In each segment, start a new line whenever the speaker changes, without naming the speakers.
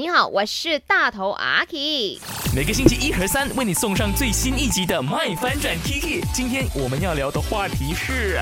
你好，我是大头阿 K。
每个星期一和三为你送上最新一集的《麦翻转 Kiki》。今天我们要聊的话题是，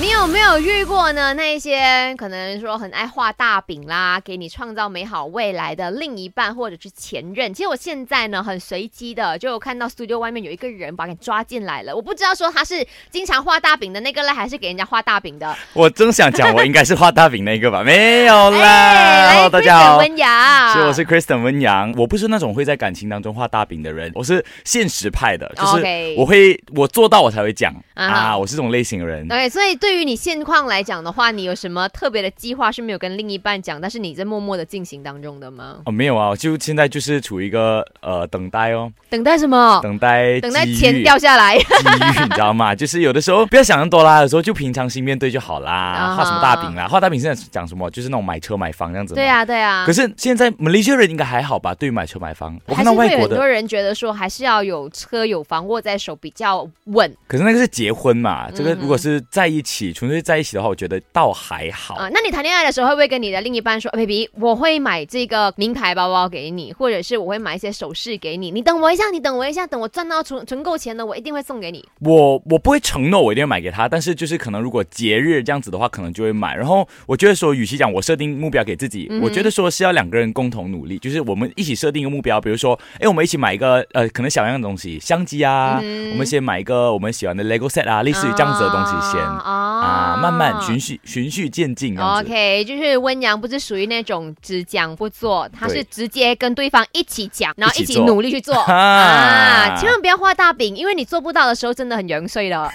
你有没有遇过呢？那一些可能说很爱画大饼啦，给你创造美好未来的另一半或者是前任。其实我现在呢，很随机的就有看到 studio 外面有一个人把给抓进来了，我不知道说他是经常画大饼的那个嘞，还是给人家画大饼的。
我正想讲，呃我应该是画大饼那个吧？没有啦。
哎，来
Hello，大家好，
温雅，
是我是 Kristen 温阳，我不是那种会在感情当中画大饼的人，我是现实派的，就是
哦 OK
我会我做到我才会讲
啊哈呃
啊，我是这种类型的人。
对，所以对于你现况来讲的话，你有什么特别的计划是没有跟另一半讲，但是你在默默的进行当中的吗？
哦，没有啊，我就现在就是处于一个呃等待哦，
等待什么？
等待
等待
机遇
钱掉下来。
机遇，你知道吗？ 就是有的时候不要想那么多啦，有时候就平常心面对就
啊
好啦。画什么大饼啦？画大饼现在讲什么？就是那种买车买房这样子。
对。啊，对啊。
可是现在马来西亚人应该还好吧？对于买车买房，我
还
看
是
到
会
外
有
国
很
的
多人觉得说，还是要有车有房握在手比较稳
可是那个是结婚嘛，这个
嗯
如果是在一起，纯粹在一起的话，我觉得倒还好。
啊、那你谈恋爱的时候，会不会跟你的另一半说、b a b y 我会买这个名牌包包给你，或者是我会买一些首饰给你，你等我一下，你等我一下，等我赚到存存够钱了，我一定会送给你。
我我不会承诺我一定要买给他，但是就是可能如果节日这样子的话，可能就会买。然后我觉得说，与其讲我设定目标给自己，
嗯哼
我觉得说是要两个人共同努力，就是我们一起设定一个目标，比如说，哎，我们一起买一个呃，可能小样的东西，相机啊，
嗯
我们先买一个我们喜欢的 LEGO set 啊，类似于这样子的东西先。
啊，
啊
啊，
慢慢循序循序渐进这
哦
样子
OK，就是温阳不是属于那种只讲不做，他
对
是直接跟对方一起讲，然后一
一起
起
做
努力去做
哈
啊啊！千万不要画大饼，因为你做不到的时候真的很元碎的。